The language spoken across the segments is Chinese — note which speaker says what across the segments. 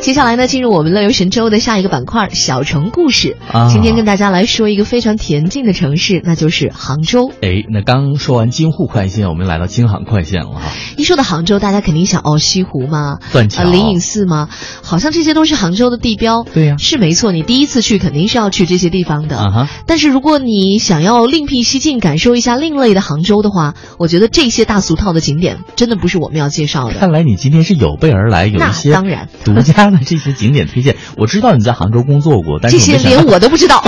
Speaker 1: 接下来呢，进入我们乐游神州的下一个板块——小城故事。
Speaker 2: 啊
Speaker 1: 今天跟大家来说一个非常恬静的城市，那就是杭州。
Speaker 2: 哎，那刚说完京沪快线，我们来到京杭快线了哈，
Speaker 1: 一说到杭州，大家肯定想哦，西湖嘛，
Speaker 2: 断桥。
Speaker 1: 呃，灵隐寺嘛，好像这些都是杭州的地标。
Speaker 2: 对呀
Speaker 1: 是没错，你第一次去肯定是要去这些地方的。
Speaker 2: 啊哈，
Speaker 1: 但是如果你想要另辟蹊径，感受一下另类的杭州的话，我觉得这些大俗套的景点真的不是我们要介绍的。
Speaker 2: 看来你今天是有备而来，有一
Speaker 1: 那
Speaker 2: 些
Speaker 1: 当然
Speaker 2: 独家的这些景点推荐。我知道你在杭州工作过， 但是
Speaker 1: 这
Speaker 2: 我
Speaker 1: 些
Speaker 2: 没想到
Speaker 1: 连我都不知 道。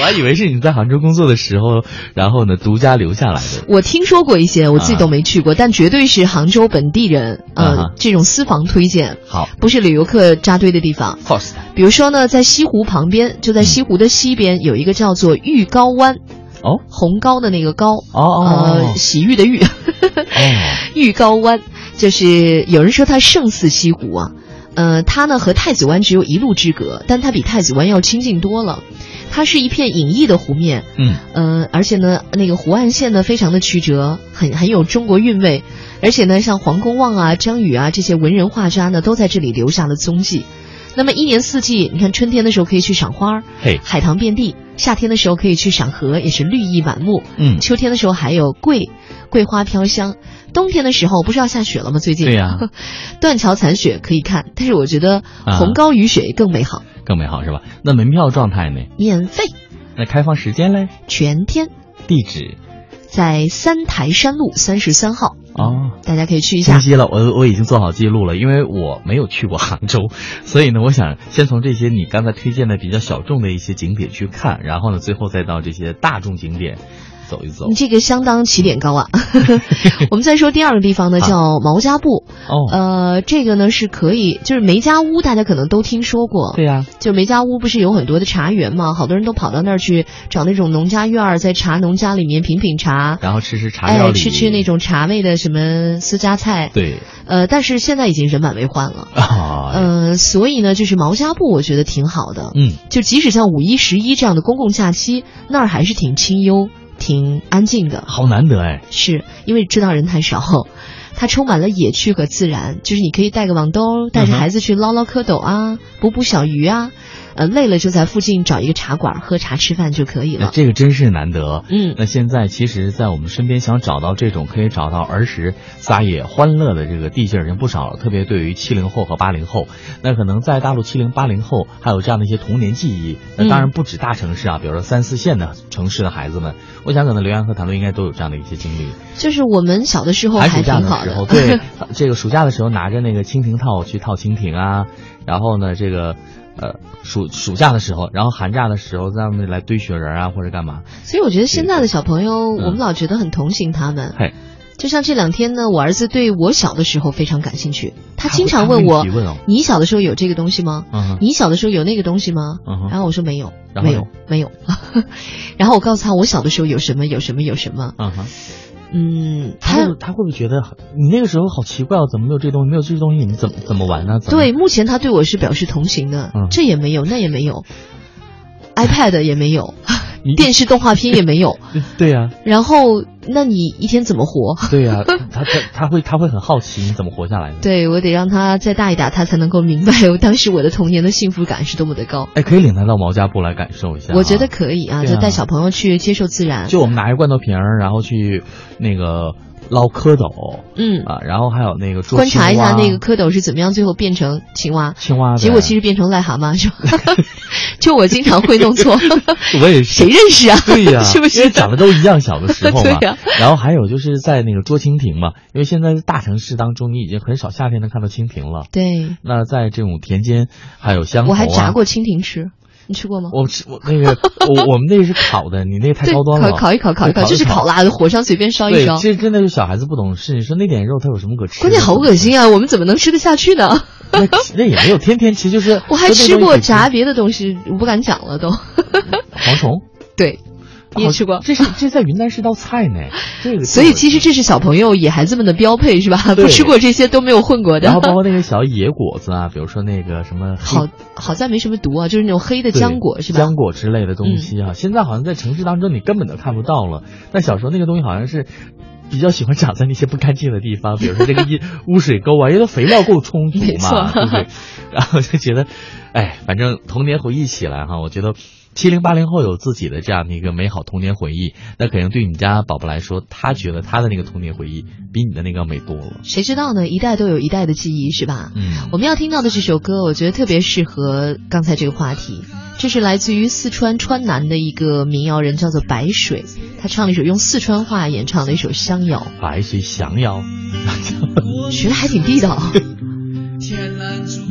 Speaker 2: 我还以为是你在杭州工作的时候，然后呢独家留下来的。
Speaker 1: 我听说过一些，我自己
Speaker 2: 啊
Speaker 1: 都没去过，但绝对是杭州本地人，
Speaker 2: 啊
Speaker 1: 呃，
Speaker 2: 哈
Speaker 1: 这种私房推荐，
Speaker 2: 好
Speaker 1: 不是旅游客扎堆的地方。
Speaker 2: f o r s
Speaker 1: 比如说呢，在西湖旁边，就在西湖的西边有一个叫做玉高湾，
Speaker 2: 哦
Speaker 1: 红高的那个高，
Speaker 2: 哦哦
Speaker 1: 呃，洗浴的浴，
Speaker 2: 哦
Speaker 1: 玉高湾就是有人说它胜似西湖啊，呃，它呢和太子湾只有一路之隔，但它比太子湾要清静多了，它是一片隐逸的湖面，
Speaker 2: 嗯
Speaker 1: 嗯，而且呢，那个湖岸线呢非常的曲折，很很有中国韵味。而且呢，像黄公望啊、张宇啊这些文人画家呢，都在这里留下了踪迹。那么一年四季，你看春天的时候可以去赏花儿，
Speaker 2: 嘿
Speaker 1: 海棠遍地；夏天的时候可以去赏荷，也是绿意满目；
Speaker 2: 嗯，
Speaker 1: 秋天的时候还有桂，桂花飘香；冬天的时候不是要下雪了吗？最近
Speaker 2: 对呀
Speaker 1: 断桥残雪可以看，但是我觉得
Speaker 2: 啊
Speaker 1: 红高雨雪更美好，
Speaker 2: 更美好是吧？那门票状态呢？
Speaker 1: 免费
Speaker 2: 那开放时间嘞？
Speaker 1: 全天。
Speaker 2: 地址？
Speaker 1: 在三台山路三十三号
Speaker 2: 哦，
Speaker 1: 大家可以去一
Speaker 2: 清
Speaker 1: 下。
Speaker 2: 晰了，我我已经做好记录了，因为我没有去过杭州， 所以呢，我想先从这些你刚才推荐的比较小众的一些景点去看，然后呢，最后再到这些大众景点走一走
Speaker 1: 你。这个相当起点高 啊！我们再说第二个地方呢，
Speaker 2: 啊
Speaker 1: 叫毛家埠。
Speaker 2: 哦，
Speaker 1: 呃，这个呢是可以，就是梅家坞，大家可能都听说过。
Speaker 2: 对啊呀、
Speaker 1: 就梅家坞不是有很多的茶园嘛，好多人都跑到那儿去找那种农家院儿，在茶农家里面品品茶，
Speaker 2: 然后吃吃茶料
Speaker 1: 哎，
Speaker 2: 理，
Speaker 1: 吃吃那种茶味的什么私家菜。
Speaker 2: 对
Speaker 1: 呃，但是现在已经人满为患了。
Speaker 2: 啊，
Speaker 1: 呃，所以呢，就是毛家埠，我觉得挺好的。
Speaker 2: 嗯
Speaker 1: 就即使像五一、十一这样的公共假期，那儿还是挺清幽、挺安静的，
Speaker 2: 好难得哎，
Speaker 1: 是因为知道人太少。它充满了野趣和自然，就是你可以带个网兜，带着
Speaker 2: 嗯哼
Speaker 1: 孩子去捞捞蝌蚪啊，捕捕小鱼啊，呃，累了就在附近找一个茶馆喝茶吃饭就可以
Speaker 2: 那
Speaker 1: 了。
Speaker 2: 这个真是难得。
Speaker 1: 嗯，
Speaker 2: 那现在其实，在我们身边想找到这种可以找到儿时撒野欢乐的这个地界儿已经不少了，特别对于七零后和八零后，那可能在大陆七零八零后还有这样的一些童年记忆。那
Speaker 1: 嗯
Speaker 2: 当然不止大城市啊，比如说三四线的城市的孩子们，我想可能刘洋和谭论应该都有这样的一些经历。
Speaker 1: 就是我们小的时候
Speaker 2: 寒
Speaker 1: 哦还
Speaker 2: 暑假
Speaker 1: 挺
Speaker 2: 的
Speaker 1: 好
Speaker 2: 时
Speaker 1: 的
Speaker 2: 候，，对这个暑假的时候拿着那个蜻蜓套去套蜻蜓啊，然后呢，这个呃暑暑假的时候，然后寒假的时候，让他们来堆雪人啊或者干嘛，
Speaker 1: 所以我觉得现在的小朋友，
Speaker 2: 嗯
Speaker 1: 我们老觉得很同情他们。
Speaker 2: 嘿，
Speaker 1: 就像这两天呢，我儿子对我小的时候非常感兴趣，他经常
Speaker 2: 会
Speaker 1: 问我
Speaker 2: 提问哦：“
Speaker 1: 你小的时候有这个东西吗？
Speaker 2: 嗯哼
Speaker 1: 你小的时候有那个东西吗？”
Speaker 2: 嗯哼
Speaker 1: 然后我说没有，
Speaker 2: 然后
Speaker 1: 没有，没有。 然后我告诉他我小的时候有什么，有什么，有什么。
Speaker 2: 嗯哼，
Speaker 1: 嗯，
Speaker 2: 他会
Speaker 1: 他
Speaker 2: 不他会不会觉得你那个时候好奇怪哦？怎么没有这东西？没有这东西，你们怎么怎么玩呢？怎么
Speaker 1: 对目前他对我是表示同情的
Speaker 2: 嗯，
Speaker 1: 这也没有，那也没 有，iPad 也没有，
Speaker 2: 你
Speaker 1: 电视动画片也没 有。
Speaker 2: 对呀、
Speaker 1: 然后，那你一天怎么活？
Speaker 2: 对呀、他他他会他会很好奇你怎么活下来的。
Speaker 1: 对我得让他再大一点，他才能够明白 我当时我的童年的幸福感是多么的高。
Speaker 2: 哎，可以领他到毛家埠来感受一下啊、
Speaker 1: 我觉得可以啊，
Speaker 2: 对啊
Speaker 1: 就带小朋友去接受自然。
Speaker 2: 就我们拿一罐头瓶儿，然后去那个捞蝌蚪
Speaker 1: 嗯，
Speaker 2: 啊，然后还有那个捉
Speaker 1: 观察一下
Speaker 2: 青蛙
Speaker 1: 那个蝌蚪是怎么样最后变成青蛙，
Speaker 2: 青蛙呗，
Speaker 1: 结果其实变成癞蛤蟆 是吧？就我经常会弄错，
Speaker 2: 我也是
Speaker 1: 谁。认识啊？
Speaker 2: 对 呀、
Speaker 1: 是不
Speaker 2: 因为
Speaker 1: 是？
Speaker 2: 长得都一样，小的时 候嘛。
Speaker 1: 对啊呀
Speaker 2: 然后还有就是在那个捉蜻蜓嘛，因为现在大城市当中，你已经很少夏天能看到蜻蜓了。
Speaker 1: 对，
Speaker 2: 那在这种田间还有香头、啊，
Speaker 1: 我还炸。过蜻蜓吃，你吃过吗？
Speaker 2: 我吃我那个我我们那个是烤的，你那个太
Speaker 1: 对，
Speaker 2: 高端了。
Speaker 1: 烤烤一烤，烤一
Speaker 2: 烤
Speaker 1: 烤，就是烤。辣的，火上随便烧一
Speaker 2: 对，
Speaker 1: 烧。
Speaker 2: 其实真的是小孩子不懂事。你说那点肉它有什么可吃的？
Speaker 1: 关键好恶心啊！我们怎么能吃得下去呢？
Speaker 2: 那！那也没有天天吃，就是
Speaker 1: 我还
Speaker 2: 就那
Speaker 1: 吃
Speaker 2: 种
Speaker 1: 过
Speaker 2: 也吃
Speaker 1: 炸别的东西，我不敢讲了都。
Speaker 2: 蝗虫，
Speaker 1: 对，你也
Speaker 2: 好
Speaker 1: 吃过。
Speaker 2: 这是这在云南是道菜 呢。这个
Speaker 1: 所以其实这是小朋友、野孩子们的标配，是吧？
Speaker 2: 对
Speaker 1: 不吃过这些都没有混过
Speaker 2: 然 后
Speaker 1: 的。
Speaker 2: 包括那个小野果子啊，比如说那个什么黑
Speaker 1: 好，好在没什么毒啊，就是那种黑的
Speaker 2: 对
Speaker 1: 浆果，是吧？嗯
Speaker 2: 浆果之类的东西啊，现在好像在城市当中你根本都看不到了。但小时候那个东西好像是比较喜欢长在 那些不干净的地方，比如说这个一污水沟啊，因为它肥料够充足
Speaker 1: 没错
Speaker 2: 嘛，对不对？然后就觉得，哎，反正童年回忆起来哈，我觉得七零八零后有自己的这样的一个美好童年回忆，那可能对你家宝宝来说，他觉得他的那个童年回忆比你的那个美多了。
Speaker 1: 谁知道呢？一代都有一代的记忆，是吧？
Speaker 2: 嗯，
Speaker 1: 我们要听到的这首歌，我觉得特别适合刚才这个话题。这是来自于四川川南的一个民谣人，叫做白水，他唱了一首用四川话演唱的一首乡谣，
Speaker 2: 白水降妖，
Speaker 1: 学的还挺地道。
Speaker 3: 天蓝竹，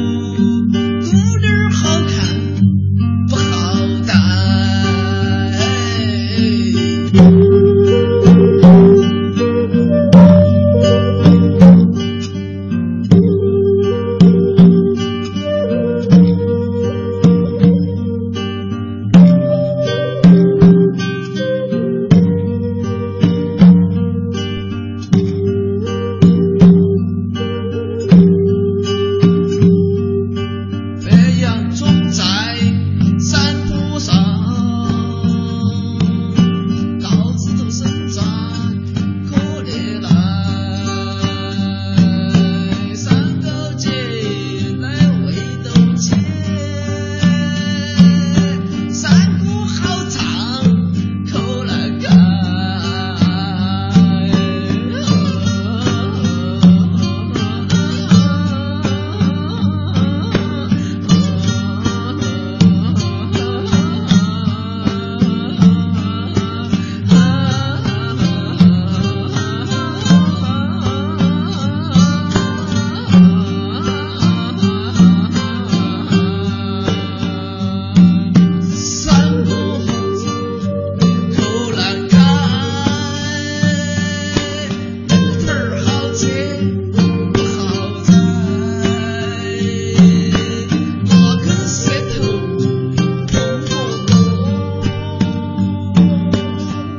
Speaker 3: 姑娘好看不好带。白杨种在山坡上，到处都生长可怜来。山沟前来回头见，山谷好长可难改。山谷好长。口难开，门头儿好切不好摘。我跟石头碰碰碰，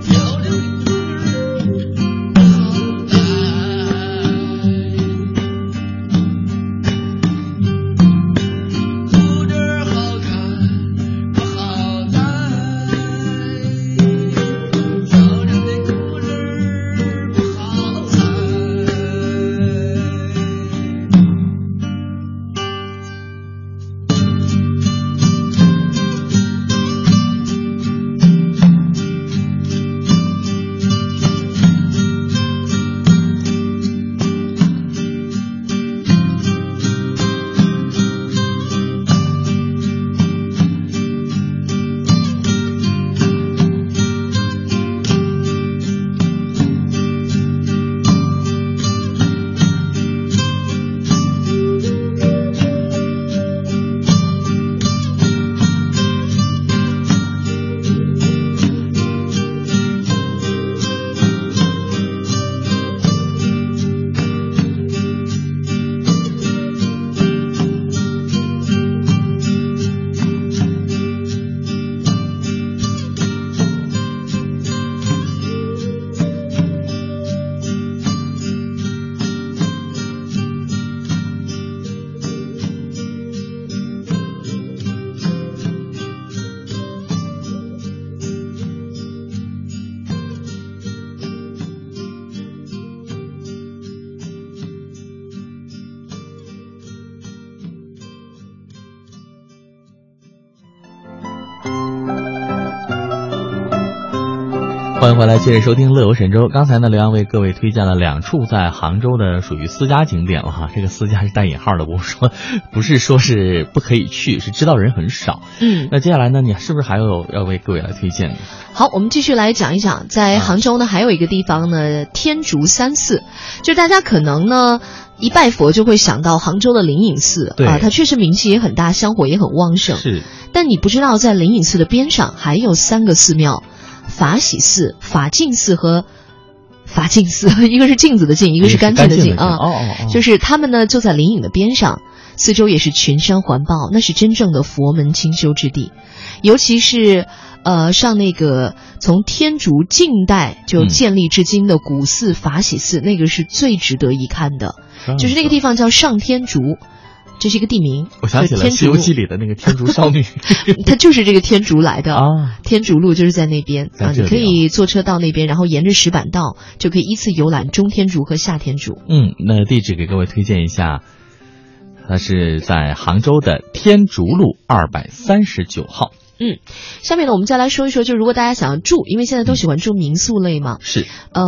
Speaker 3: 漂亮的姑娘不好带。姑娘好看不好带，漂亮的姑娘不好采。
Speaker 2: 欢迎回来，接着收听《乐游神州》。刚才呢，刘洋为各位推荐了两处在杭州的属于私家景点了哈， 这个私家是带引号的，不是说 不是说是不可以去，是知道人很少。
Speaker 1: 嗯，
Speaker 2: 那接下来呢，你是不是还有要为各位来推荐的？
Speaker 1: 好，我们继续来讲一讲，在杭州呢，还有一个地方呢，天竺三寺，就大家可能呢。一拜佛就会想到杭州的灵隐寺
Speaker 2: 对
Speaker 1: 啊，它确实名气也很大，香火也很旺盛。
Speaker 2: 是
Speaker 1: 但你不知道，在灵隐寺的边上还有三个寺庙：法喜寺、法净寺和法净寺， 一个是镜子的镜，一个是干净的净啊。
Speaker 2: 哦哦哦，
Speaker 1: 就是他们呢，就在灵隐的边上，四周也是群山环抱，那是真正的佛门清修之地。尤其是，呃，上那个从天竺近代就
Speaker 2: 嗯
Speaker 1: 建立至今的古寺法喜寺，那个是最值得一看的。
Speaker 2: 嗯
Speaker 1: 就是那个地方叫上天竺，这是一个地名。
Speaker 2: 我想起
Speaker 1: 就
Speaker 2: 了
Speaker 1: 天
Speaker 2: 《
Speaker 1: 竺
Speaker 2: 西游记》里的那个天竺少 女
Speaker 1: 它就是这个天竺来的。
Speaker 2: 啊，
Speaker 1: 天竺路就是在那边
Speaker 2: 在
Speaker 1: 啊，
Speaker 2: 这
Speaker 1: 你
Speaker 2: 里
Speaker 1: 可以坐车到那边，然后沿着石板道就可以依次游览中天竺和下天竺。
Speaker 2: 嗯，那地址给各位推荐一下，它是在杭州的天竺路二百三十九号。
Speaker 1: 下面呢，我们再来说一说，就如果大家想要住，因为现在都喜欢住民宿类嘛，
Speaker 2: 是
Speaker 1: 呃，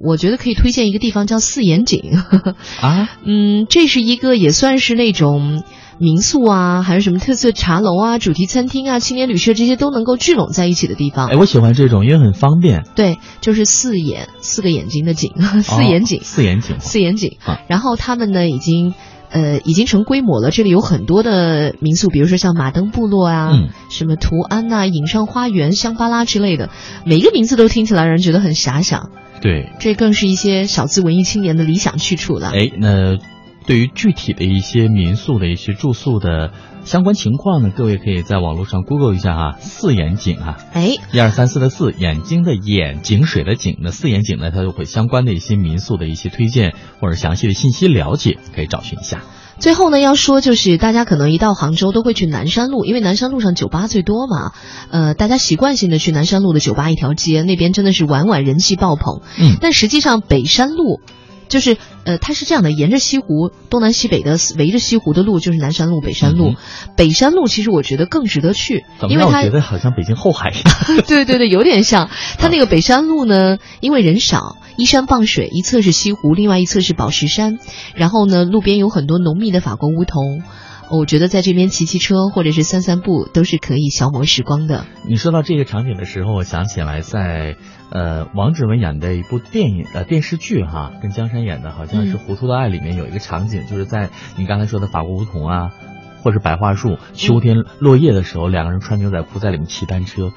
Speaker 1: 我觉得可以推荐一个地方叫四眼井，
Speaker 2: 啊，
Speaker 1: 嗯，这是一个也算是那种民宿啊，还是什么特色茶楼啊、主题餐厅啊、青年旅社这些都能够聚拢在一起的地方。
Speaker 2: 哎，我喜欢这种，因为很方便。
Speaker 1: 对，就是四眼，四个眼睛的井， 四眼井
Speaker 2: 哦，四眼井。
Speaker 1: 四眼井
Speaker 2: 啊。
Speaker 1: 然后他们呢，已经呃已经成规模了。这里有很多的民宿，比如说像马登部落啊，
Speaker 2: 嗯
Speaker 1: 什么图安呐、影上花园、香巴拉之类的，每个名字都听起来让人觉得很遐想。
Speaker 2: 对，
Speaker 1: 这更是一些小资文艺青年的理想去处了。
Speaker 2: 哎，那对于具体的一些民宿的一些住宿的相关情况呢，各位可以在网络上 Google 一下啊，四眼井啊，
Speaker 1: 哎，
Speaker 2: 一二三四的四，眼睛的眼，井水的井呢，四眼井呢，它就会相关的一些民宿的一些推荐或者详细的信息了解，可以找寻一下。
Speaker 1: 最后呢，要说就是大家可能一到杭州都会去南山路，因为南山路上酒吧最多嘛。呃，大家习惯性的去南山路的酒吧一条街，那边真的是晚晚人气爆棚。
Speaker 2: 嗯
Speaker 1: 但实际上北山路。就是，呃，它是这样的，沿着西湖东南西北的围着西湖的路就是南山路、北山路，
Speaker 2: 嗯
Speaker 1: 北山路其实我觉得更值得去，
Speaker 2: 怎么
Speaker 1: 因为
Speaker 2: 让我
Speaker 1: 它
Speaker 2: 觉得好像北京后海一样？
Speaker 1: 对对对，有点像。它那个北山路呢，因为人少，依山傍水，一侧是西湖，另外一侧是宝石山。然后呢，路边有很多浓密的法国梧桐。我觉得在这边骑骑车或者是散散步都是可以消磨时光的。
Speaker 2: 你说到这个场景的时候，我想起来在呃王志文演的一部电影呃电视剧哈、跟江山演的好像是
Speaker 1: 嗯
Speaker 2: 《糊涂的爱》里面有一个场景，就是在你刚才说的法国梧桐啊，或是白桦树，
Speaker 1: 嗯
Speaker 2: 秋天落叶的时候，两个人穿牛仔裤在里面骑单车。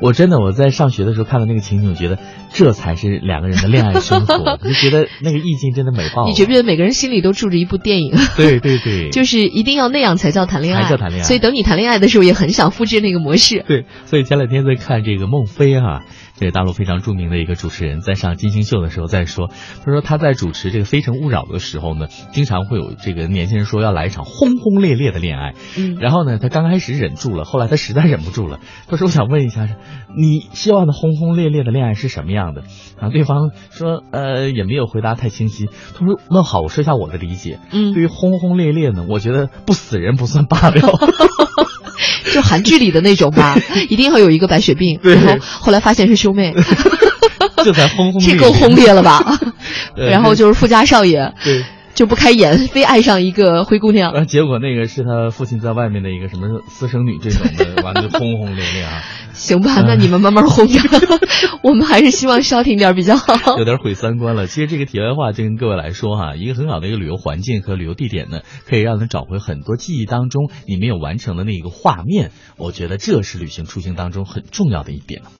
Speaker 2: 我真的我在上学的时候看到那个情景，我觉得这才是两个人的恋爱生活， 我就觉得那个意境真的美爆了。
Speaker 1: 你觉不觉得每个人心里都住着一部电影？
Speaker 2: 对对 对，
Speaker 1: 就是一定要那样才叫谈恋爱，
Speaker 2: 才叫谈恋爱
Speaker 1: 所以等你谈恋爱的时候，也很想复制那个模式。
Speaker 2: 对，所以前两天在看这个孟非哈、这是大陆非常著名的一个主持人，在上金星秀的时候在说，他说他在主持这个《非诚勿扰》的时候呢，经常会有这个年轻人说要来一场轰轰烈烈的恋爱，
Speaker 1: 嗯，
Speaker 2: 然后呢，他刚开始忍住了，后来他实在忍不住了，他说我想问一下，你希望的轰轰烈烈的恋爱是什么样的？然后对方说呃也没有回答太清晰，他说那好，我说一下我的理解，
Speaker 1: 嗯
Speaker 2: 对于轰轰烈烈呢，我觉得不死人不算罢了。
Speaker 1: 就韩剧里的那种吧，一定要有一个白血病，
Speaker 2: 对
Speaker 1: 然后后来发现是兄 妹，
Speaker 2: 这才轰轰
Speaker 1: 这
Speaker 2: 烈烈，
Speaker 1: 够轰烈了吧？
Speaker 2: 对
Speaker 1: 然后就是富家少爷，
Speaker 2: 对。呃
Speaker 1: 就不开眼，非爱上一个灰姑 娘。
Speaker 2: 然后结果那个是他父亲在外面的一个什么私生女这种的，完了就轰轰烈烈啊，
Speaker 1: 行吧，那你们慢慢轰着， 我们还是希望消停点儿比较好。
Speaker 2: 有点毁三观了。其实这个题外话，就跟各位来说哈、一个很好的一个旅游环境和旅游地点呢，可以让人找回很多记忆当中你没有完成的那个画面。我觉得这是旅行出行当中很重要的一点。